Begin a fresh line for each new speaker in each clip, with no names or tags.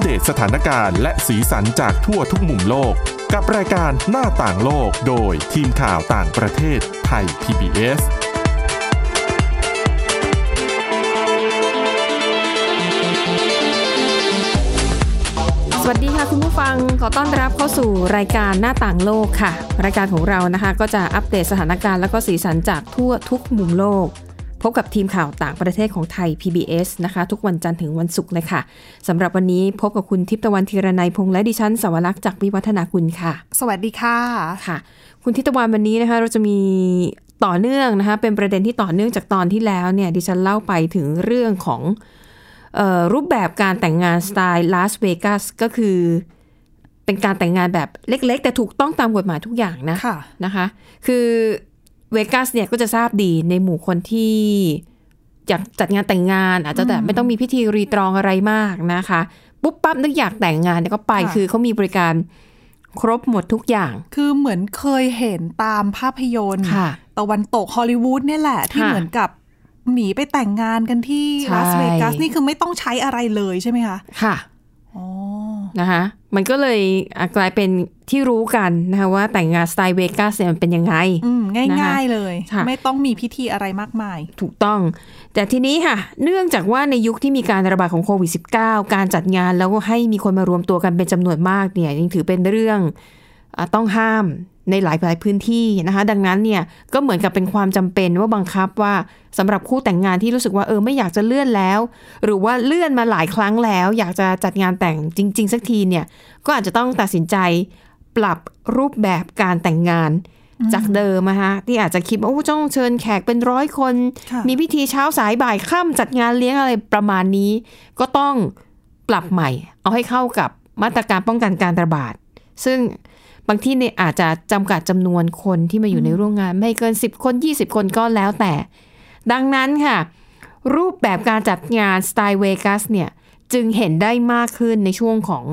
เดตสถานการณ์และสีสันจากทั่วทุกมุมโลก กับรายการหน้าต่างโลกโดยทีมข่าวต่างประเทศไทย PBS
สวัสดีค่ะคุณผู้ฟังขอต้อนรับเข้าสู่รายการหน้าต่างโลกค่ะ รายการของเรานะคะ ก็จะอัปเดตสถานการณ์และก็สีสันจากทั่วทุกมุมโลก พบกับทีมข่าวต่างประเทศของไทย PBS นะคะ ทุกวันจันทร์ถึงวันศุกร์เลยค่ะสำหรับวันนี้พบกับคุณทิพย์ตะวันธีรนัยพงษ์และดิฉันสวรักษ์จากวิวัฒนาคุณค่ะ
สวัสดีค่ะ
ค่ะคุณทิตวันวันนี้นะคะเราจะมีต่อเนื่องนะคะเป็นประเด็นที่ต่อเนื่องจากตอนที่แล้วเนี่ยดิฉันเล่าไปถึงเรื่องของเออรูปแบบการแต่งงานสไตล์ลาสเวกัสก็คือ เป็นการแต่งงานแบบเล็กๆ แต่ถูกต้องตามกฎหมายทุกอย่างนะ
ค่ะ
นะคะคือเวกัสเนี่ยก็จะทราบดีในหมู่คนที่อยากจัดงานแต่งงาน อาจจะแบบไม่ต้องมีพิธีรีตรองอะไรมากนะคะ ปุ๊บปั๊บนึกอยากแต่งงานเนี่ยก็ไป
ค่ะ
คือเขามีบริการครบหมดทุกอย่าง
คือเหมือนเคยเห็นตามภาพยนตร์
ค่ะ
ตะวันตกฮอลลีวูดเนี่ยแหละ ที่
ค่ะ
เหมือนกับหนีไปแต่งงานกันที่
ใช่
ลาสเวกัสนี่คือไม่ต้องใช้อะไรเลยใช่ไหมคะ
ค่ะ
อ๋อ
นะคะมันก็เลยอ่ะกลายเป็นที่รู้กันนะคะว่าแต่งงานสไตล์เวกัสเนี่ยมันเป็นยังไง
อืม
นะคะ
ง่าย ๆเลย
ค่ะ
ไม่ต้องมีพิธีอะไรมากมาย
ถูกต้อง แต่ทีนี้ค่ะ เนื่องจากว่าในยุคที่มีการระบาดของโควิด -19 การจัดงานแล้วก็ให้มีคนมารวมตัวกันเป็นจำนวนมากเนี่ยยังถือเป็นเรื่องอาต้องห้ามในหลายหลายพื้นที่นะคะ ดังนั้นเนี่ยก็เหมือนกับเป็นความจำเป็นว่าบังคับว่าสำหรับคู่แต่งงานที่รู้สึกว่าเออไม่อยากจะเลื่อนแล้ว หรือว่าเลื่อนมาหลายครั้งแล้ว อยากจะจัดงานแต่งจริง ๆ สักทีเนี่ยก็อาจจะต้องตัดสินใจปรับรูปแบบการแต่งงานจากเดิมนะคะที่อาจจะคิดว่าโอ้จ้องเชิญแขกเป็นร้อยคน
ค่ะ
มีพิธีเช้าสายบ่ายค่ำจัดงานเลี้ยงอะไรประมาณนี้ ก็ต้องปรับใหม่ เอาให้เข้ากับมาตรการป้องกันการระบาด ซึ่งบางที่เนี่ยอาจจะจำกัดจำนวนคนที่มาอยู่ในร่วมงาน ไม่เกิน 10 คน 20 คนก็แล้วแต่ ดังนั้นค่ะ รูปแบบการจัดงานสไตล์เวกัสเนี่ยจึงเห็นได้มากขึ้นในช่วงของ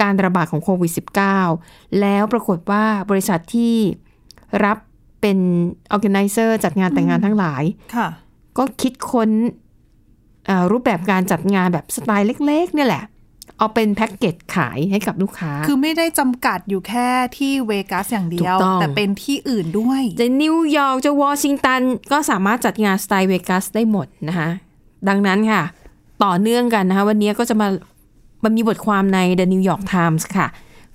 การระบาดของโควิด -19 แล้วปรากฏว่าบริษัทที่รับเป็น organizer จัดงานแต่งงานทั้งหลาย
ค่ะ
ก็คิดค้นเอ่อรูปแบบการจัดงานแบบสไตล์เล็กๆ เนี่ยแหละ เอาเป็นแพ็กเกจขายให้กับลูกค้า
คือไม่ได้จำกัดอยู่แค่ที่เวกัสอย่างเดียว
ถูกต้อง
แต่เป็นที่อื่นด้วย
จะนิวยอร์กจะวอชิงตัน ก็สามารถจัดงานสไตล์เวกัสได้หมดนะคะดังนั้นค่ะ ต่อเนื่องกันนะคะ วันนี้ก็จะมามันมีบทความใน The New York Times ค่ะ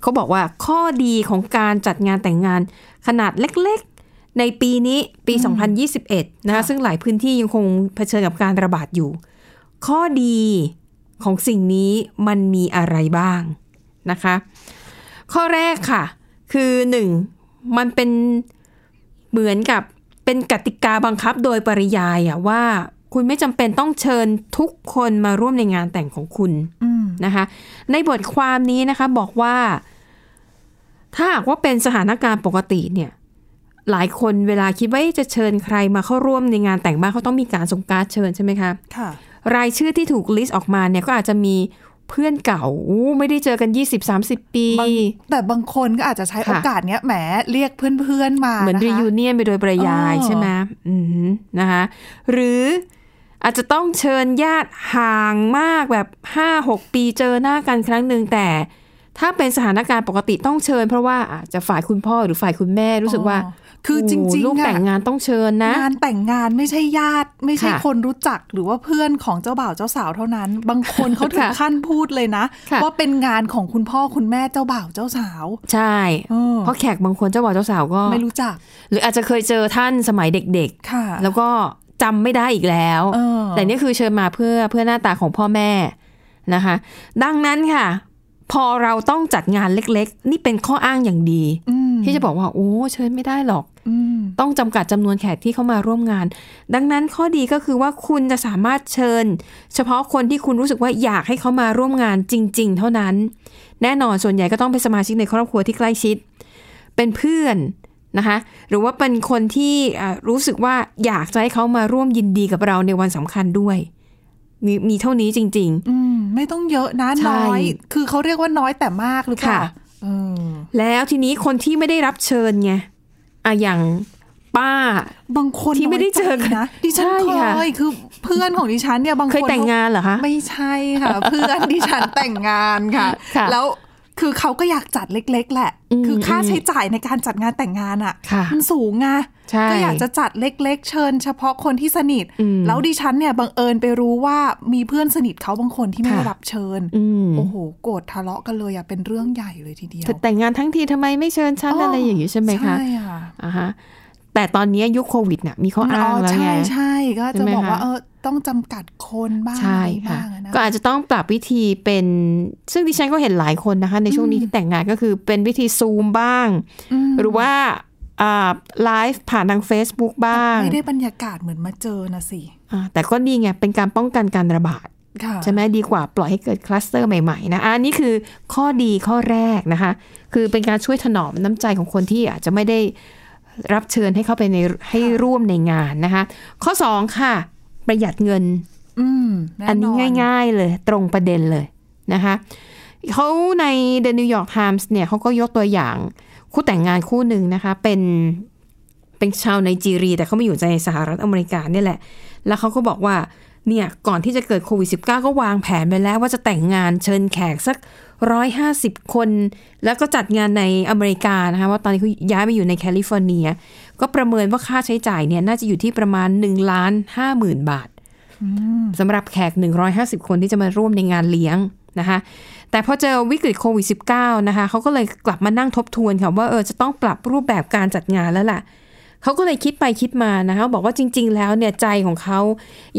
เขาบอกว่าข้อดีของการจัดงานแต่งงานขนาดเล็กๆ ในปีนี้ปี 2021 นะคะซึ่งหลายพื้นที่ยังคงเผชิญกับการระบาดอยู่ ข้อดีของสิ่งนี้มันมีอะไรบ้างนะคะ ข้อแรกค่ะ คือหนึ่งมันเป็น เหมือนกับเป็นกติกาบังคับโดยปริยายอะว่าคุณไม่จำเป็นต้องเชิญทุกคนมาร่วมในงานแต่งของคุณ
อืม
นะคะ ในบทความนี้นะคะบอกว่า ถ้าหากว่าเป็นสถานการณ์ปกติเนี่ย หลายคนเวลาคิดว่าเอ๊ะจะเชิญใครมาเข้าร่วมในงานแต่งบ้างเขาต้องมีการส่งการ์ดเชิญใช่ไหมคะ
ค่ะ
รายชื่อที่ถูกลิสต์ออกมาเนี่ยก็อาจจะมีเพื่อนเก่าอู้ไม่ได้เจอกัน 20-30 ปี
บาง แต่บางคนก็อาจจะใช้
ค่ะ
โอกาสเนี้ยแหมเรียกเพื่อนๆมา
เหมือน
นะคะ
รียูเนียนไปโดยปริยาย
เออ
ใช่ไหมอือหือนะคะหรืออาจจะต้องเชิญญาติห่างมากแบบห้าหกปีเจอหน้ากันครั้งหนึ่งแต่ ถ้าเป็นสถานการณ์ปกติต้องเชิญ เพราะว่าอาจจะฝ่ายคุณพ่อหรือฝ่ายคุณแม่รู้สึกว่า
อ๋อคือจริง
โอ้
ๆ
ลูก
อะ
แต่งงานต้องเชิญนะ
งานแต่งงานไม่ใช่ญาติไม่ใช่
ค่ะ
คนรู้จักหรือว่าเพื่อนของเจ้าบ่าวเจ้าสาวเท่านั้น บางคนเขาถึง
ค่ะ
ขั้นพูดเลยนะ
ค่ะ
ว่าเป็นงานของคุณพ่อคุณแม่เจ้าบ่าวเจ้าสาว
ใช่
เออ
เพราะแขกบางคนเจ้าบ่าวเจ้าสาวก็
ไม่รู้จัก
หรืออาจจะเคยเจอท่านสมัยเด็ก
ค่ะ
ๆ แล้วก็จำไม่ได้อีกแล้ว
เออ
แต่นี่คือเชิญมาเพื่อเพื่อหน้าตาของพ่อแม่นะคะ ดังนั้นค่ะ พอเราต้องจัดงานเล็กๆ นี่เป็นข้ออ้างอย่างดี
อืม
ที่จะบอกว่าโอ้เชิญไม่ได้หรอก
อืม
ต้องจำกัดจำนวนแขกที่เข้ามาร่วมงาน ดังนั้นข้อดีก็คือว่าคุณจะสามารถเชิญ เฉพาะคนที่คุณรู้สึกว่าอยากให้เขามาร่วมงานจริง ๆ เท่านั้น แน่นอนส่วนใหญ่ก็ต้องเป็นสมาชิกในครอบครัวที่ใกล้ชิด เป็นเพื่อนนะคะ หรือว่าเป็นคนที่อ่ารู้สึกว่าอยากจะให้เขามาร่วมยินดีกับเราในวันสำคัญด้วยมมีเท่านี้จริง ๆ
อืมไม่ต้องเยอะนะ
ใช่
น้อย คือเขาเรียกว่าน้อยแต่มากหรือเปล่า
ค่ะ
เออ
แล้วทีนี้คนที่ไม่ได้รับเชิญไงอะอย่าง ป้า
บางคน
ที่ไม่ได้เจอกัน
ยใจนะดิฉัน
ใช่
เค
ค่ะ
ยคือเพื่อนของดิฉันเนี่ยบางคน
เคยแต่งงานเหรอคะ
ไม่ใช่ค่ะ เพื่อนดิฉันแต่งงานค่ะ
ค่ะ
แล้วคือเขาก็อยากจัดเล็ก ๆ แหละ
อืม
คือค่าใช้จ่ายในการจัดงานแต่งงานอ่ะ
ค่ะ
มันสูงไง
ใช่
ก็อยากจะจัดเล็ก ๆ เชิญ เฉพาะคนที่สนิท
อืม
แล้วดิฉันเนี่ยบังเอิญไปรู้ว่ามีเพื่อนสนิทเขาบางคนที่ไม่
ค่ะ
ได้รับเชิญ
อืม
โอ้โหโกรธทะเลาะกันเลยอ่ะเป็นเรื่องใหญ่เลยทีเดียว
เธอแต่งงานทั้งทีทำไมไม่เชิญฉัน
อ๋ออ
อะไรอย่างนี้ใช่ไหมคะ
ใช่ค่ะ
อ่าฮะแต่ตอนนี้ยุคโควิดเนี่ยมีข้ออ้างแล้ว
ใช่
ไง
ใช่ก็
ใช่
จะ
ไหม
บอกว่า
คะ
เออต้องจำกัดคนบ้าง
ใช่
อะไร
ค่ะ
บ้างอนะ
ก็อาจจะต้องปรับวิธีเป็น ซึ่งดิฉันก็เห็นหลายคนนะคะ ในช่วงนี้
อืม
ที่แต่งงานก็คือเป็นวิธีซูมบ้าง
อืม
หรือว่าอ่าไลฟ์ผ่านทาง Facebook บ้าง
ไม่ได้บรรยากาศเหมือนมาเจอนะสิ
อ่าแต่ก็นี่ไงเป็นการป้องกันการระบาด
ค่ะ
ใช่ไหมดีกว่าปล่อยให้เกิดคลัสเตอร์ใหม่ๆนะอันนี้คือข้อดีข้อแรกนะคะ คือเป็นการช่วยถนอมน้ำใจของคนที่อาจจะไม่ได้รับเชิญให้เข้าไปในให้ร่วมในงานนะคะ ข้อ 2 ค่ะ ประหยัดเงิน
อืมแ
อันนี้ง่าย ๆ เลย ตรงประเด็นเลยนะคะเขาใน The New York Times เนี่ยเขาก็ยกตัวอย่างคู่แต่งงานคู่หนึ่งนะคะ เป็นเป็นชาวไนจีเรียแต่เขามาอยู่ในสหรัฐอเมริกาเนี่ยแหละ แล้วเขาก็บอกว่าเนี่ยก่อนที่จะเกิดโควิด -19 ก็วางแผนไปแล้วว่าจะแต่งงานเชิญแขกสัก 150 คน แล้วก็จัดงานในอเมริกานะคะว่าตอนนี้เขาย้ายไปอยู่ในแคลิฟอร์เนีย ก็ประเมินว่าค่าใช้จ่ายเนี่ยน่าจะอยู่ที่ประมาณ1ล้าน5หมื่นบาท สำหรับแขก 150 คนที่จะมาร่วมในงานเลี้ยงนะคะ แต่พอเจอวิกฤตโควิด -19 นะคะเขาก็เลยกลับมานั่งทบทวนค่ะว่าเออจะต้องปรับรูปแบบการจัดงานแล้วล่ะ เขาก็เลยคิดไปคิดมานะคะบอกว่าจริง ๆ แล้วเนี่ยใจของเขา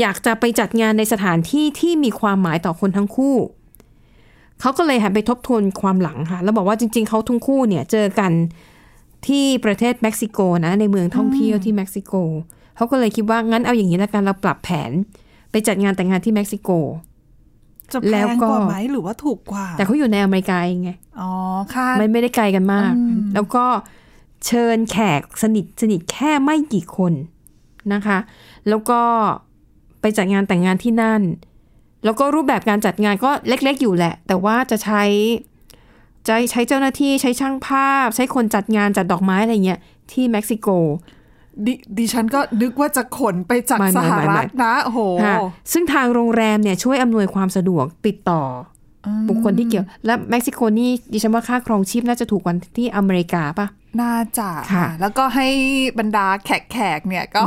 อยากจะไปจัดงานในสถานที่ที่มีความหมายต่อคนทั้งคู่ เขาก็เลยหันไปทบทวนความหลังค่ะแล้วบอกว่าจริง ๆเขาทั้งคู่เนี่ยเจอกันที่ประเทศเม็กซิโกนะในเมืองท่องเที่ยวที่เม็กซิโกเขาก็เลยคิดว่างั้นเอาอย่างนี้ละกันเราปรับแผน ไปจัดงานแต่งงานที่เม็กซิโก
จะ
แล้
แล้วว
ก็
ก็ไหมหรือว่าถูกกว่า
แต่เขาอยู่ในอเมริกาเองไง
อ๋อค่ะ
มันไม่ได้ไกลกันมาก
อืม
แล้วก็เชิญแขกสนิทสนิทแค่ไม่กี่คนนะคะ แล้วก็ไปจัดงานแต่งงานที่นั่น แล้วก็รูปแบบการจัดงานก็เล็กๆอยู่แหละ แต่ว่าจะใช้ใช้ใช้เจ้าหน้าที่ใช้ช่างภาพ ใช้คนจัดงานจัดดอกไม้อะไรเงี้ยที่เม็กซิโก
ดิดิฉันก็นึกว่าจะขนไปจาก
ไม่ไม่
สห
ไม่ไม่
รัฐนะโอ้โห
ค่ะซึ่งทางโรงแรมเนี่ยช่วยอำนวยความสะดวกติดต่อ
อืม
บุคคลที่เกี่ยว และเม็กซิโกนี่ดิฉันว่าค่าครองชีพน่าจะถูกกว่าที่อเมริกาป่ะ
น่าจะ
ค่ะ
แล้วก็ให้บรรดาแขกแขกๆเนี่ยก็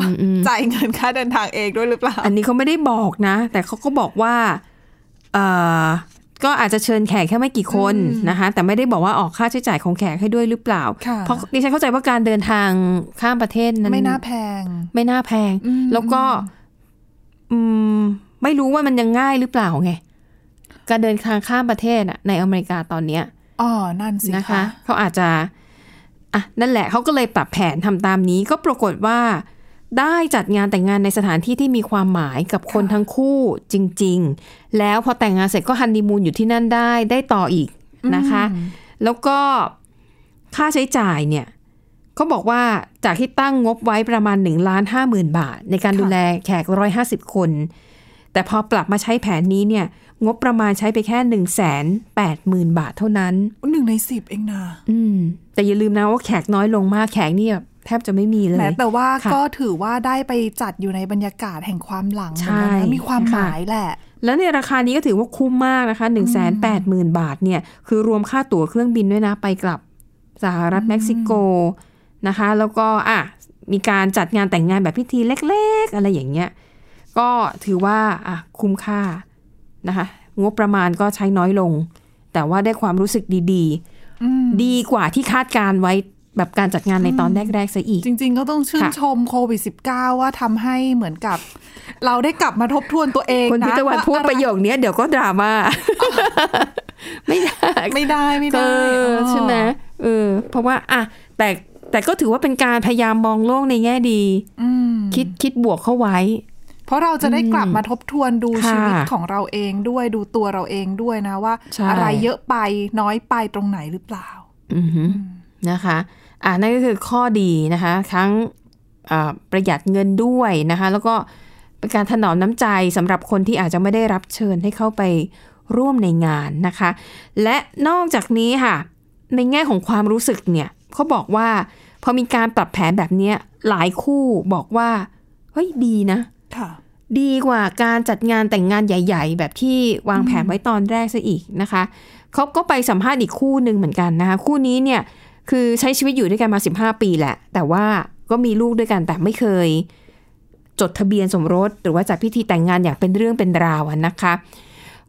จ่ายเงินค่าเดินทางเองด้วยหรือเปล่า
อันนี้เขาไม่ได้บอกนะ แต่เขาก็บอกว่าเออก็อาจจะเชิญแขกแค่ไม่กี่คนนะคะแต่ไม่ได้บอกว่าออกค่าใช้จ่ายของแขกให้ด้วยหรือเปล่า
ค่ะ
เพราะดิฉันเข้าใจว่าการเดินทางข้ามประเทศนั้น
ไม่น่าแพง
ไม่น่าแพง
อืม
แล้วก็อืมไม่รู้ว่ามันยังง่ายหรือเปล่าไงการเดินทางข้ามประเทศน่ะในอเมริกาตอนเนี้ย
อ๋อนั่นสิ
นะคะ
คะ
เขาอาจจะอ่ะนั่นแหละเขาก็เลยปรับแผนทำตามนี้ ก็ปรากฏว่า ได้จัดงานแต่งงานในสถานที่ที่มีความหมายกับคนทั้งคู่จริง ๆ แล้วพอแต่งงานเสร็จก็ฮันนีมูนอยู่ที่นั่นได้ได้ต่ออีกนะคะ แล้วก็ค่าใช้จ่ายเนี่ยเขาบอกว่าจากที่ตั้งงบไว้ประมาณ1ล้าน5 0,000 บาท ในการดูแลแขก 150 คน แต่พอปรับมาใช้แผนนี้เนี่ยงบประมาณใช้ไปแค่ 1 8 0 0 0 0 บาทเท่านั้น
หนึ่งในสิบเองนะ
อืมแต่อย่าลืมนะว่าแขกน้อยลงมากแขกนี่แบบแทบจะไม่มีเลย
แม้แต่ว่า
ค่ะ
ก็ถือว่าได้ไปจัดอยู่ในบรรยากาศแห่งความหลังเหมื
ใช่
อนกันนะมีความห
ค่ะ
มายแหละ
แล้วในราคานี้ก็ถือว่าคุ้มมากนะคะ 1 8 0 0 0 0 บาทเนี่ย คือรวมค่าตั๋วเครื่องบินด้วยนะ ไปกลับสหรัฐเม็กซิโกนะคะ แล้วก็อ่ะมีการจัดงานแต่งงานแบบพิธีเล็กๆ อะไรอย่างเงี้ย ก็ถือว่าอ่ะคุ้มค่านะคะ งบประมาณก็ใช้น้อยลง แต่ว่าได้ความรู้สึกดี
อืม
ๆ ดีกว่าที่คาดการไว้แบบการจัดงานในตอนแรกๆซะอีก
จริง ๆ ก็ต้องชื่น
ค่ะ
ชมโควิด -19 ว่าทำให้เหมือนกับ เราได้กลับมาทบทวนตัวเอง
คน
นะ
พิตะวันพูดประโยคเนี้ยเดี๋ยวก็ดราม่า ไม่ได้
ไม่ได้ไม่
เอ
ได้
อ
อ๋อ
ใช่ไหมเออเพราะว่าอ่ะแต่แต่ก็ถือว่าเป็นการพยายามมองโลกในแง่ดี
อืม
คิดคิดบวกเข้าไว้
เพราะเราจะได้กลับมาทบทวนดู
ค่ะ
ชีวิตของเราเองด้วยดูตัวเราเองด้วยนะว่า
ใช่
อะไรเยอะไปน้อยไปตรงไหนหรือเปล่า
อือหือนะคะ อ่ะนั่นก็คือข้อดีนะคะ ทั้งอ่าประหยัดเงินด้วยนะคะ แล้วก็เป็นการถนอมน้ำใจสำหรับคนที่อาจจะไม่ได้รับเชิญให้เข้าไปร่วมในงานนะคะ และนอกจากนี้ค่ะ ในแง่ของความรู้สึกเนี่ยเขาบอกว่า พอมีการปรับแผนแบบเนี้ยหลายคู่บอกว่าเฮ้ยดีนะ
ค่ะ
ดีกว่าการจัดงานแต่งงานใหญ่ ๆ แบบที่วางแผนไว้ตอนแรกซะอีกนะคะเขาก็ไปสัมภาษณ์อีกคู่หนึ่งเหมือนกันนะคะ คู่นี้เนี่ยคือใช้ชีวิตอยู่ด้วยกันมา 15 ปีแหละ แต่ว่าก็มีลูกด้วยกันแต่ไม่เคย จดทะเบียนสมรส หรือว่าจัดพิธีแต่งงานอย่างเป็นเรื่องเป็นราวอะนะคะ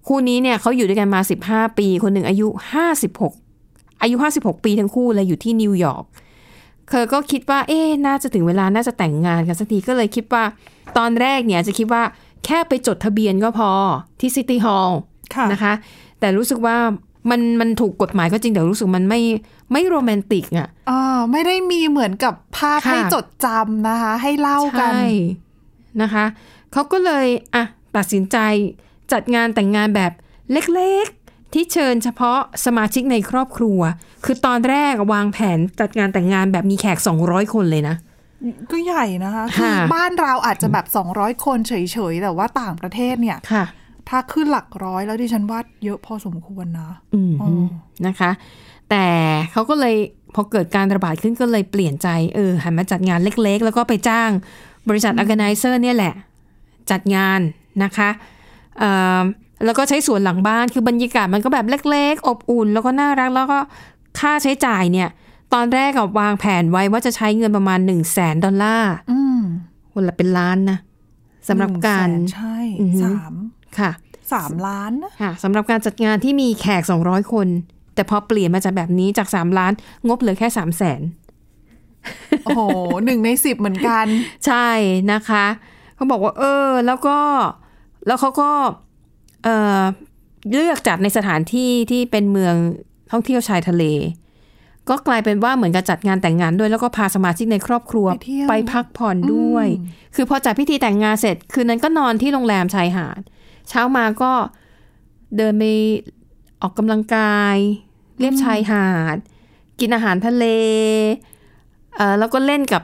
คู่นี้เนี่ยเขาอยู่ด้วยกันมา 15 ปี คนหนึ่งอายุ 56 อายุ 56 ปีทั้งคู่เลยอยู่ที่นิวยอร์ก เธอก็คิดว่า เอ๊ะน่าจะถึงเวลา น่าจะแต่งงานกันสักที ก็เลยคิดว่า ตอนแรกเนี่ยจะคิดว่าแค่ไปจดทะเบียนก็พอที่ซิตี้ฮอลล์
ค่ะ
นะคะ แต่รู้สึกว่ามันมันถูกกฎหมายก็จริง แต่รู้สึกมันไม่ไม่โรแมนติกอ่ะ
อ่าไม่ได้มีเหมือนกับภาพ
ค่ะ
ให้จดจำนะคะ ให้เล่ากัน
ใช่นะคะเขาก็เลยอ่ะตัดสินใจจัดงานแต่งงานแบบเล็กๆ ที่เชิญเฉพาะสมาชิกในครอบครัว คือตอนแรกวางแผนจัดงานแต่งงานแบบมีแขก 200 คนเลยนะ
ก็ใหญ่นะคะคือ
ค่ะ
บ้านเราอาจจะแบบ 200 คนเฉยๆ แต่ว่าต่างประเทศเนี่ย
ค่ะ
ถ้าขึ้นหลักร้อยแล้วดิฉันว่าเยอะพอสมควรนะ
อืม
อ๋อ
นะคะ แต่เขาก็เลยพอเกิดการระบาดขึ้นก็เลยเปลี่ยนใจเออหันมาจัดงานเล็กๆ แล้วก็ไปจ้างบริษัท organizer เนี่ยแหละ จัดงานนะคะเอิ่มแล้วก็ใช้สวนหลังบ้านคือบรรยากาศมันก็แบบเล็กๆ อบอุ่น แล้วก็น่ารักแล้วก็ค่าใช้จ่ายเนี่ย ตอนแรกกับวางแผนไว้ว่าจะใช้เงินประมาณ 1 0 0 0 0แสนดอลลาร์
อืม
คนละเป็นล้านนะสำหรับ
ง
การ
แสนใช่
อือฮึ
สาม
ค่ะ
สามล้านนะ
ค่ะสำหรับการจัดงานที่มีแขก 200 คน แต่พอเปลี่ยนมาจากแบบนี้จาก 3 ล้าน งบเหลือแค่ 3 0 0แสน
โอ้ โห หนึ่งในสิบเหมือนกัน
ใช่นะคะเขาบอกว่าเออ แล้วก็ แล้วเขาก็เออเลือกจัดในสถานที่ที่เป็นเมืองท่องเที่ยวชายทะเล ก็กลายเป็นว่าเหมือนกับจัดงานแต่งงานด้วย แล้วก็พาสมาชิกในครอบครัว
ไปเที่ยว
พักผ่อนด้วย คือพอจัดพิธีแต่งงานเสร็จ คืนนั้นก็นอนที่โรงแรมชายหาด เช้ามาก็เดินไปออกกำลังกาย เลียบชายหาด กินอาหารทะเลเอ่อแล้วก็เล่นกับ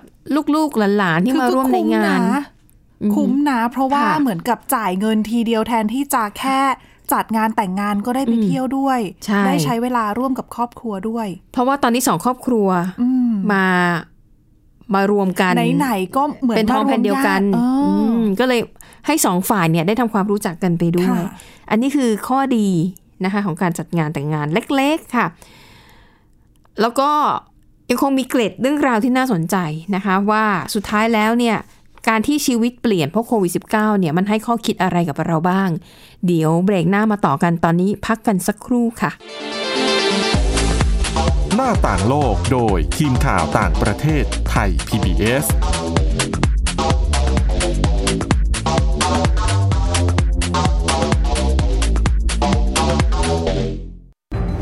ลูกๆหลานๆที่
คือ
มา
ก็
ร่วมในงาน
คุ้มะคุ้มนะเพราะว่า
ค่ะ
เหมือนกับจ่ายเงินทีเดียวแทนที่จะแค่จัดงานแต่งงานก็ได้ไปเที่ยวด้วย
ใช่
ได้ใช้เวลาร่วมกับครอบครัวด้วย
เพราะว่าตอนนี้สองครอบครัว
อืม
มามารวมกัน
ไหนๆก็เหมือน
เป็นท้องแผ่นเดียวกัน
มารมญาติเอออ
มก็เลยให้สองฝ่ายเนี่ยได้ทำความรู้จักกันไปด้วย
ค่ะ
อันนี้คือข้อดีนะคะของการจัดงานแต่งงานเล็กๆค่ะ แล้วก็ยังคงมีเกร็ดเรื่องราวที่น่าสนใจนะคะว่าสุดท้ายแล้วเนี่ยการที่ชีวิตเปลี่ยนเพราะโควิด -19 เนี่ยมันให้ข้อคิดอะไรกับเราบ้าง เดี๋ยวเบรกหน้ามาต่อกันตอนนี้พักกันสักครู่ค่ะ
หน้าต่างโลกโดยทีมข่าวต่างประเทศไทย PBS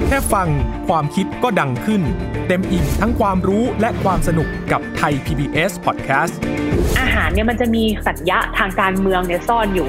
แค่ฟังความคิดก็ดังขึ้น เต็มอิ่งทั้งความรู้และความสนุกกับไทย PBS Podcast
อาหารเนี่ยมันจะมีสัญญะทางการเมืองเนี่ยซ่อนอยู่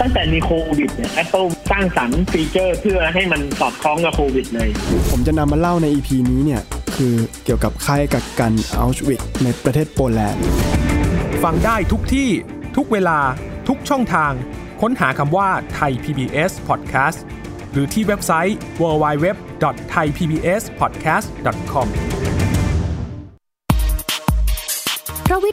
ตั้งแต่มีโควิดเนี่ย Apple สร้างสรรค์ฟีเจอร์เพื่อให้มันสอดคล้องกับโควิดเลย
ผมจะนำมาเล่าใน EP นี้เนี่ย คือเกี่ยวกับค่ายกักกันอัลชวิกในประเทศโปแลนด์
ฟังได้ทุกที่ ทุกเวลา ทุกช่องทาง ค้นหาคำว่าไทย PBS Podcast หรือที่เว็บไซต์ www.thaipbspodcast.com
เพราะวิ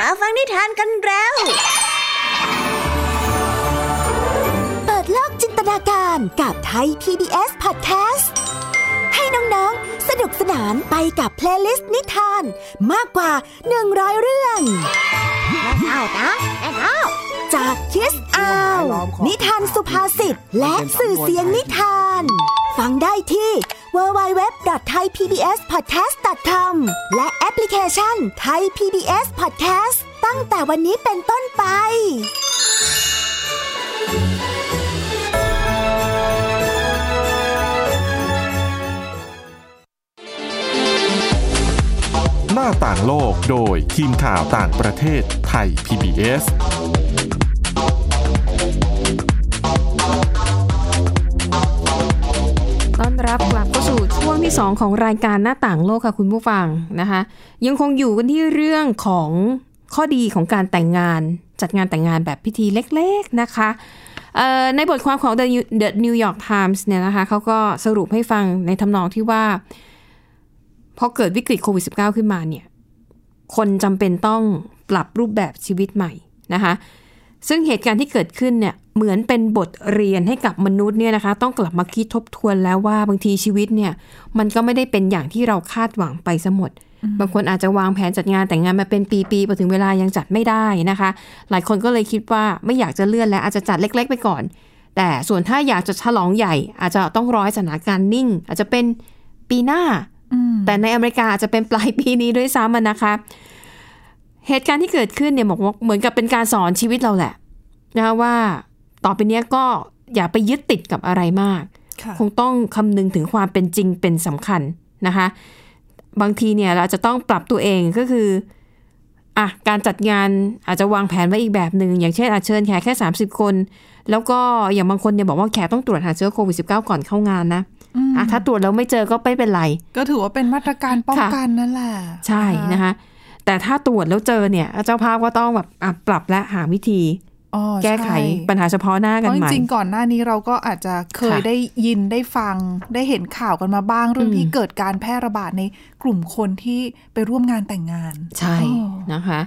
มาฟังนิทานกันแล้ว เปิดโลกจินตนาการกับไทย PBS Podcast ให้น้อง ๆ สนุกสนานไป
กับเพลย์ลิสต์นิทานมากกว่า 100 เรื่อง
เอานะเอา
จากคิสอาวนิทานสุภาษิตและสื่อเสียงนิทาน ฟังได้ที่ www.thaipbspodcast.com และแอปพลิเคชัน Thai PBS Podcast ตั้งแต่วันนี้เป็นต้นไป
หน้าต่างโลกโดยทีมข่าวต่างประเทศไทย PBS
ต้อนรับกลับเข้าสู่ช่วงที่ 2 ของรายการหน้าต่างโลกค่ะคุณผู้ฟังนะคะ ยังคงอยู่กันที่เรื่องของข้อดีของการแต่งงานจัดงานแต่งงานแบบพิธีเล็กๆนะคะเอ่อในบทความของ The New- The New York Times เนี่ยนะคะเขาก็สรุปให้ฟังในทำนองที่ว่า พอเกิดวิกฤตโควิด -19 ขึ้นมาเนี่ย คนจำเป็นต้องปรับรูปแบบชีวิตใหม่นะคะ ซึ่งเหตุการณ์ที่เกิดขึ้นเนี่ยเหมือนเป็นบทเรียนให้กับมนุษย์เนี่ยนะคะ ต้องกลับมาคิดทบทวนแล้วว่าบางทีชีวิตเนี่ย มันก็ไม่ได้เป็นอย่างที่เราคาดหวังไปสมด บางคนอาจจะวางแผนจัดงานแต่งงานมาเป็นปีๆพอถึงเวลายังจัดไม่ได้นะคะ หลายคนก็เลยคิดว่าไม่อยากจะเลื่อนแล้วอาจจะจัดเล็ก ๆ ไปก่อน แต่ส่วนถ้าอยากจะฉลองใหญ่ อาจจะต้องร้อยสถานการณ์นิ่ง อาจจะเป็นปีหน้า แต่ในอเมริกาอาจจะเป็นปลายปีนี้ด้วยซ้ำอะนะคะ เหตุการณ์ที่เกิดขึ้นเนี่ยบอกว่าเหมือนกับเป็นการสอนชีวิตเราแหละนะว่าต่อไปเนี้ยก็อย่าไปยึดติดกับอะไรมาก
ค่ะ
คงต้องคำนึงถึงความเป็นจริงเป็นสำคัญนะคะ บางทีเนี่ยเราจะต้องปรับตัวเองก็คืออ่ะการจัดงานอาจจะวางแผนไว้อีกแบบหนึ่งอย่างเช่นอาจเชิญแขกแค่ 30 คน แล้วก็อย่างบางคนเนี่ยบอกว่าแขกต้องตรวจหาเชื้อโควิด -19 ก่อนเข้างานนะอ่ะถ้าตรวจแล้วไม่เจอก็ไม่เป็นไร
ก็ถือว่าเป็นมาตรการป้องกันนั่นแหละ
ใช่นะคะ แต่ถ้าตรวจแล้วเจอเนี่ย เจ้าภาพก็ต้องแบบอ่ะปรับและหาวิธี
อ๋อ
แก้ไข
ใช่
ปัญหาเฉพาะหน้า
เพ
กัน
ราะจ
ใหม่
ริงๆก่อนหน้านี้เราก็อาจจะเคย
ค่ะ
ได้ยินได้ฟังได้เห็นข่าวกันมาบ้างเรื่องที่เกิดการแพร่ระบาดในกลุ่มคนที่ไปร่วมงานแต่งงาน
ใช่นะคะ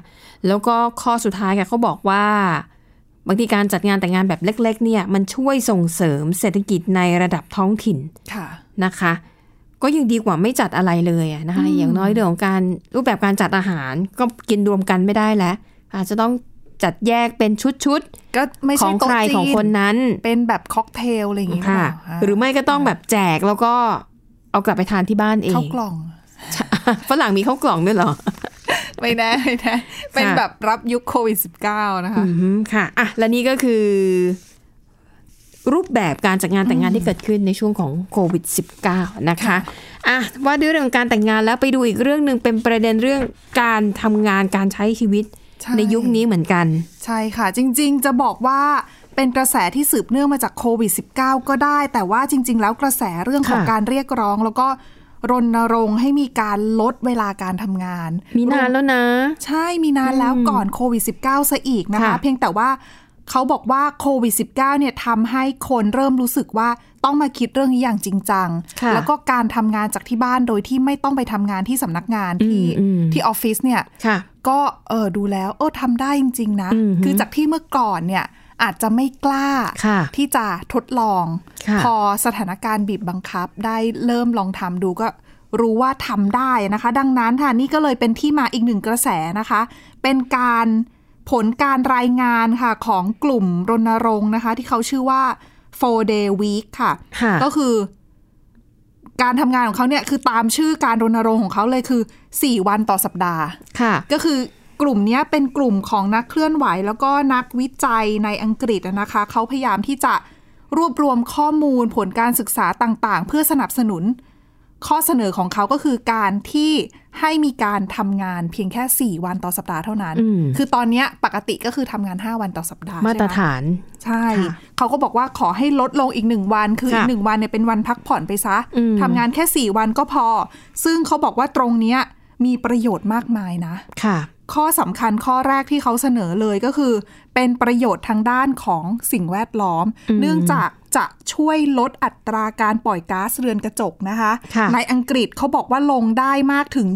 แล้วก็ข้อสุดท้ายค่ะเขาบอกว่า บางทีการจัดงานแต่งงานแบบเล็ก ๆ เนี่ย มันช่วยส่งเสริมเศรษฐกิจในระดับท้องถิ่น
ค่ะ
นะคะ ก็ยังดีกว่าไม่จัดอะไรเลยอะนะคะ อย่างน้อยเรื่องของการรูปแบบการจัดอาหารก็กินรวมกันไม่ได้แล้ว อาจจะต้องจัดแยกเป็นชุด
ก็ไม่
ๆข
ใช่
อง
โต๊ะ
ใคร
จี
ของคนนั้น
เป็นแบบค็อกเทลอะไรอย่างงี้
ค่ะ หรือไม่ก็ต้องแบบแจกแล้วก็เอากลับไปทานที่บ้านเอง
เข้าวกล่อง
ฝรั่งมีข้าวกล่องด้วยเหรอ
ไม่แน่ไม่แน่เป็น
ค่ะ
แบบรับยุคโควิด -19 นะคะ
อืมค่ะอ่ะ และนี่ก็คือ รูปแบบการจัดงานแต่งงานที่เกิดขึ้นในช่วงของโควิด -19 นะคะอ่ะว่าด้วยเรื่องของการแต่งงานแล้วไปดูอีกเรื่องหนึ่งเป็นประเด็นเรื่องการทำงานการใช้ชีวิต
ใช่
ในยุคนี้เหมือนกัน
ใช่ค่ะ จริงๆ จะบอกว่าเป็นกระแสที่สืบเนื่องมาจากโควิด -19 ก็ได้ แต่ว่าจริง ๆ แล้วกระแสเรื่องของ
ค่ะ
การเรียกร้อง แล้วก็รณรงค์ให้มีการลดเวลาการทำงาน
มีนานแล้วนะ
ใช่มีนานแล้วก่อนโควิด -19 ซะอีกนะคะ
ค่ะ
เพียงแต่ว่าเขาบอกว่าโควิด -19 เนี่ยทำให้คนเริ่มรู้สึกว่าต้องมาคิดเรื่องนี้อย่างจริงจัง
ค่ะ
แล้วก็การทำงานจากที่บ้านโดยที่ไม่ต้องไปทำงานที่สำนักงานที่
อืมอืม
ที่ออฟฟิศเนี่ย
ค่ะ
ก็เออดูแล้วเออทำได้จริง ๆ นะ
อือหือ
คือจากที่เมื่อก่อนเนี่ยอาจจะไม่กล้า
ค่ะ
ที่จะทดลอง
ค่ะ
พอสถานการณ์บีบบังคับ ได้เริ่มลองทำดูก็รู้ว่าทำได้นะคะ ดังนั้นค่ะนี่ก็เลยเป็นที่มาอีกหนึ่งกระแสนะคะ เป็นการผลการรายงานค่ะของกลุ่มรณรงค์นะคะ ที่เขาชื่อว่า four day week ค่ะ
ค่ะ
ก็คือ การทำงานของเขาเนี่ยคือตามชื่อการรณรงค์ของเขาเลยคือ 4 วันต่อสัปดาห์
ค่ะ
ก็คือกลุ่มเนี้ยเป็นกลุ่มของนักเคลื่อนไหว แล้วก็นักวิจัยในอังกฤษอะนะคะ เขาพยายามที่จะรวบรวมข้อมูลผลการศึกษาต่างๆ เพื่อสนับสนุน ข้อเสนอของเขาก็คือการที่ให้มีการทำงานเพียงแค่ 4 วันต่อสัปดาห์เท่านั้น
อืม
คือตอนเนี้ยปกติก็คือทำงาน 5 วันต่อสัปดาห์
มาตร
ใช่ไห
ฐาน
ใช่ เขาก็บอกว่าขอให้ลดลงอีกหนึ่งวัน คืออีก
ค่ะ
หนึ่งวันเนี่ยเป็นวันพักผ่อนไปซะ
อืม
ทำงานแค่สี่วันก็พอ ซึ่งเขาบอกว่าตรงเนี้ยมีประโยชน์มากมายนะ
ค่ะ
ข้อสำคัญข้อแรกที่เขาเสนอเลยก็คือ เป็นประโยชน์ทางด้านของสิ่งแวดล้อม
อืม
เนื่องจากจะช่วยลดอัตราการปล่อยก๊าซเรือนกระจกนะคะ
ค่ะ
ในอังกฤษเขาบอกว่าลงได้มากถึง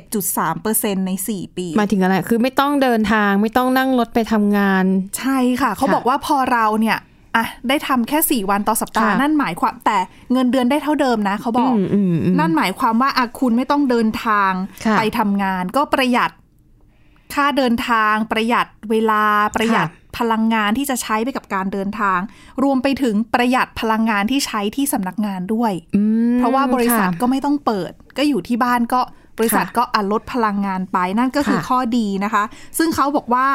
21.3%ใน 4 ปี
หมายถึงอะไร คือไม่ต้องเดินทางไม่ต้องนั่งรถไปทำงาน
ใช่ค่ะ เขา
ค่ะ
บอกว่าพอเราเนี่ย อ่ะได้ทำแค่สี่วันต่อสัปดาห์นั่นหมายความแต่เงินเดือนได้เท่าเดิมนะเขาบอก นั่นหมายความว่าอะคุณไม่ต้องเดินทาง
ค่ะ
ไปทำงาน ก็ประหยัดค่าเดินทางประหยัดเวลาประหยัดพลังงานที่จะใช้ไปกับการเดินทาง รวมไปถึงประหยัดพลังงานที่ใช้ที่สำนักงานด้วย เพราะว่าบริษัท
ค่ะ
ก็ไม่ต้องเปิด ก็อยู่ที่บ้านก็บริษัท
ค่ะ
ก็อะลดพลังงานไปนั่นก็คือ
ค่ะ
ข้อดีนะคะ ซึ่งเขาบอกว่า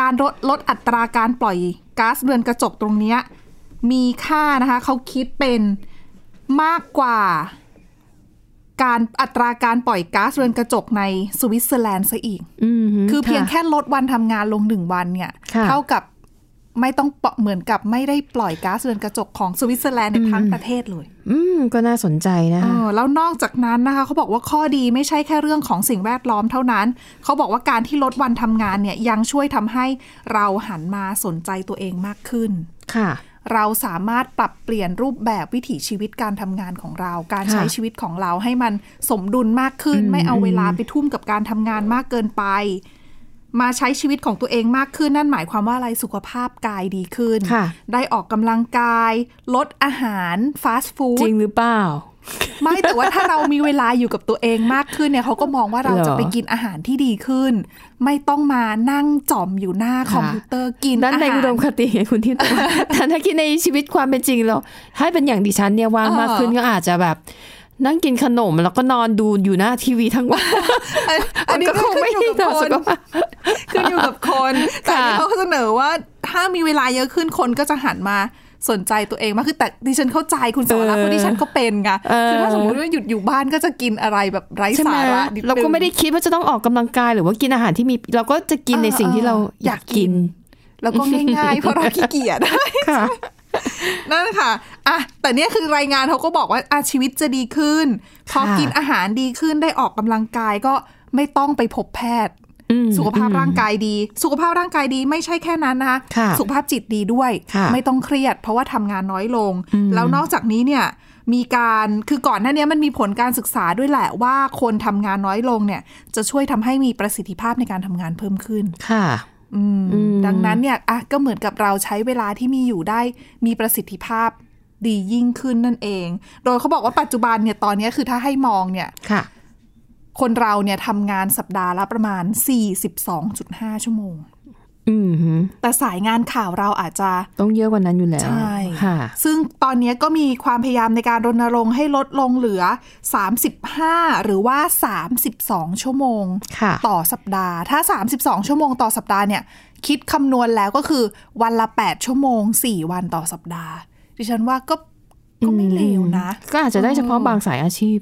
การลดลดอัตราการปล่อยก๊าซเรือนกระจกตรงเนี้ยมีค่านะคะเขาคิดเป็นมากกว่า การอัตราการปล่อยก๊าซเรือนกระจกในสวิตเซอร์แลนด์ซะอีก
อืมฮึ
คือเพียง
ะ
แค่ลดวันทำงานลงหนึ่งวันเนี่ย
ค่ะ
เท่ากับไม่ต้องเปาะเหมือนกับไม่ได้ปล่อยก๊าซเรือนกระจกของสวิตเซอร์แลนด์ใน
อืม
ทั้งประเทศเลย
อืมก็น่าสนใจนะ
เอ
คะ
อแล้วนอกจากนั้นนะคะเขาบอกว่าข้อดีไม่ใช่แค่เรื่องของสิ่งแวดล้อมเท่านั้น เขาบอกว่าการที่ลดวันทำงานเนี่ยยังช่วยทำให้เราหันมาสนใจตัวเองมากขึ้น
ค่ะ
เราสามารถปรับเปลี่ยนรูปแบบวิถีชีวิตการทำงานของเรา การใช้
ค่ะ
ชีวิตของเราให้มันสมดุลมากขึ้น
อืม
ไม่เอาเวลา
อืม
ไปทุ่มกับการทำงานมากเกินไป มาใช้ชีวิตของตัวเองมากขึ้นนั่นหมายความว่าอะไรสุขภาพกายดีขึ้น
ค่ะ
ได้ออกกำลังกาย ลดอาหารฟาสต์ฟู้
จริ
ด
งหรือเปล่า
ไม่แต่ว่าถ้าเรามีเวลาอยู่กับตัวเองมากขึ้นเนี่ยเขาก็มองว่าเรา
เหรอ
จะไปกินอาหารที่ดีขึ้น ไม่ต้องมานั่งจ่อมอยู่หน้าค
ค่ะ
อมพิวเตอร์กิน
ด้าน
อา
ใน
หาร
อุดมคติไงคุณที่ตัวแต่ถ้าคิดในชีวิตความเป็นจริงเราให้เป็นอย่างดิฉันเนี่ยว่าง
เออ
มากขึ้นก็อาจจะแบบ นั่งกินขนมแล้วก็นอนดูอยู่หน้าทีวีทั้งวัน
อันนี้
มันก็คงไม่
ขึ้นอยู่
ดี
กับ
ต่อ
ค
สุ
น
ขภาพ
ขึ้นอยู่กับคน แต่
ค่ะ
ที่เขาเสนอว่าถ้ามีเวลาเยอะขึ้นคนก็จะหันมาสนใจตัวเองมากขึ้นแต่ดิฉันเข้าใจคุณสวรักษ์เพราะดิฉันก็เป็นไง
เออ
คือถ้าสมมติว่าหยุดอยู่บ้านก็จะกินอะไรแบบไร้
ใช่ไห
สาม ระนิดนึง
เราก็ไม่ได้คิดว่าจะต้องออกกำลังกายหรือว่ากินอาหารที่มี เราก็จะกิน
เออ
ในสิ่งที่เรา
เออ
อ
อาย
ยาก ก
กิ
กิ
น
น
แล้วก็ง่ายๆเพราะเราขี้เกียจ
ค่ะ
นั่นค่ะอ่ะ แต่เนี่ยคือรายงานเขาก็บอกว่าอาชีวิตจะดีขึ้น พอ
ค่ะ
กินอาหารดีขึ้นได้ออกกำลังกายก็ไม่ต้องไปพบแพทย์
อืม
สุขภาพ
อืม
ร่างกายดี สุขภาพร่างกายดีไม่ใช่แค่นั้นนะคะ
ค่ะ
สุขภาพจิตดีด้วย
ค่ะ
ไม่ต้องเครียด เพราะว่าทำงานน้อยลง แล้วนอกจากนี้เนี่ยมีการคือก่อนหน้าเนี้ยมันมีผลการศึกษาด้วยแหละว่าคนทำงานน้อยลงเนี่ย จะช่วยทำให้มีประสิทธิภาพในการทำงานเพิ่มขึ้น
ค่ะ
อืม
อืม
ดังนั้นเนี่ยอ่ะก็เหมือนกับเราใช้เวลาที่มีอยู่ได้มีประสิทธิภาพดียิ่งขึ้นนั่นเอง โดยเขาบอกว่าปัจจุบันเนี่ยตอนเนี้ยคือถ้าให้มองเนี่ย
ค่ะ
คนเราเนี่ยทำงานสัปดาห์ละประมาณ 42.5 ชั่วโมง
อืมฮึ
แต่สายงานข่าวเราอาจจะ
ต้องเยอะกว่านั้นอยู่แล้ว
ใช่
ค่ะ
ซึ่งตอนนี้ก็มีความพยายามในการรณรงค์ให้ลดลงเหลือ 35 หรือว่า 32 ชั่วโมง
ค่ะ
ต่อสัปดาห์ ถ้า 32 ชั่วโมงต่อสัปดาห์เนี่ย คิดคำนวณแล้วก็คือวันละ 8 ชั่วโมง 4 วันต่อสัปดาห์ ดิฉันว่าก็ก็ไม่เลวนะ
ก็อาจจะได้เฉพาะบางสายอาชีพ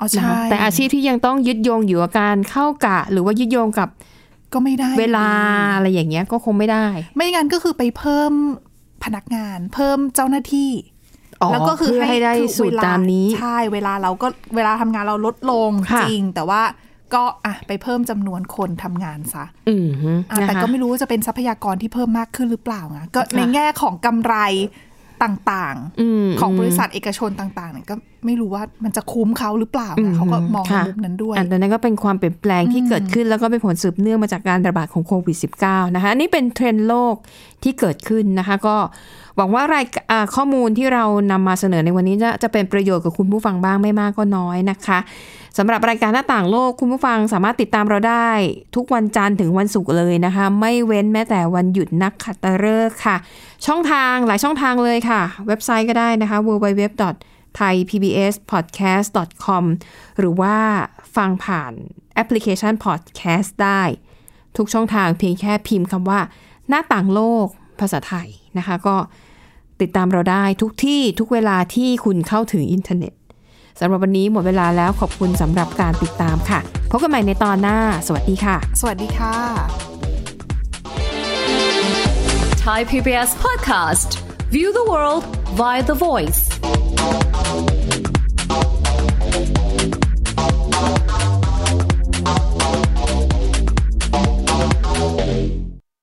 อ๋อ
นะคะ
ใช่
แต่อาชีพที่ยังต้องยึดโยงอยู่กับการเข้ากะ หรือว่ายึดโยงกับ
ก็ไม่ได้
เวลาอะไรอย่างเงี้ยก็คงไม่ได้
ไม่งั้นก็คือไปเพิ่มพนักงาน เพิ่มเจ้าหน้าที่ แล้วก็คือ
เพื่ให้ได้
คือ
สูตร
เวล
ตามนี้
ใช่เวลาเราก็เวลาทำงานเราลดลง
ค่ะ
จริง แต่ว่าก็อ่ะไปเพิ่มจำนวนคนทำงานซะ
อืมฮึ
อ่ะ
นะคะ
แต่ก็ไม่รู้ว่าจะเป็นทรัพยากรที่เพิ่มมากขึ้นหรือเปล่านะก็
ค่ะ
ในแง่ของกำไรต่าง
อืม
ๆ ของบริษัทเอกชนต่างๆเนี่ยก็ไม่รู้ว่ามันจะคุ้มเขาหรือเปล่า
อืม
นะเขาก็มองใน
ค่ะ
มุมนั้นด้วย
อันนั้นก็เป็นความเปลี่ยนแปลงที่เกิดขึ้น แล้วก็เป็นผลสืบเนื่องมาจากการระบาดของโควิด -19 นะคะอันนี่เป็นเทรนด์โลกที่เกิดขึ้นนะคะ ก็หวังว่ารายอ่าข้อมูลที่เรานำมาเสนอในวันนี้จะจะเป็นประโยชน์กับคุณผู้ฟังบ้างไม่มากก็น้อยนะคะสำหรับรายการหน้าต่างโลกคุณผู้ฟังสามารถติดตามเราได้ ทุกวันจันทร์ถึงวันศุกร์เลยนะคะ ไม่เว้นแม้แต่วันหยุดนักขัตฤกษ์ค่ะ ช่องทางหลายช่องทางเลยค่ะ เว็บไซต์ก็ได้นะคะ www. thaipbspodcast.com หรือว่าฟังผ่านแอปพลิเคชัน podcast ได้ ทุกช่องทางเพียงแค่พิมพ์คำว่า หน้าต่างโลกภาษาไทยนะคะ ก็ติดตามเราได้ทุกที่ทุกเวลาที่คุณเข้าถึงอินเทอร์เน็ตสำหรับวันนี้หมดเวลาแล้วขอบคุณสำหรับการติดตามค่ะ พบกันใหม่ในตอนหน้า สวัสดีค่ะ
สวัสดีค่ะ
Thai PBS podcast. View the world via the voice.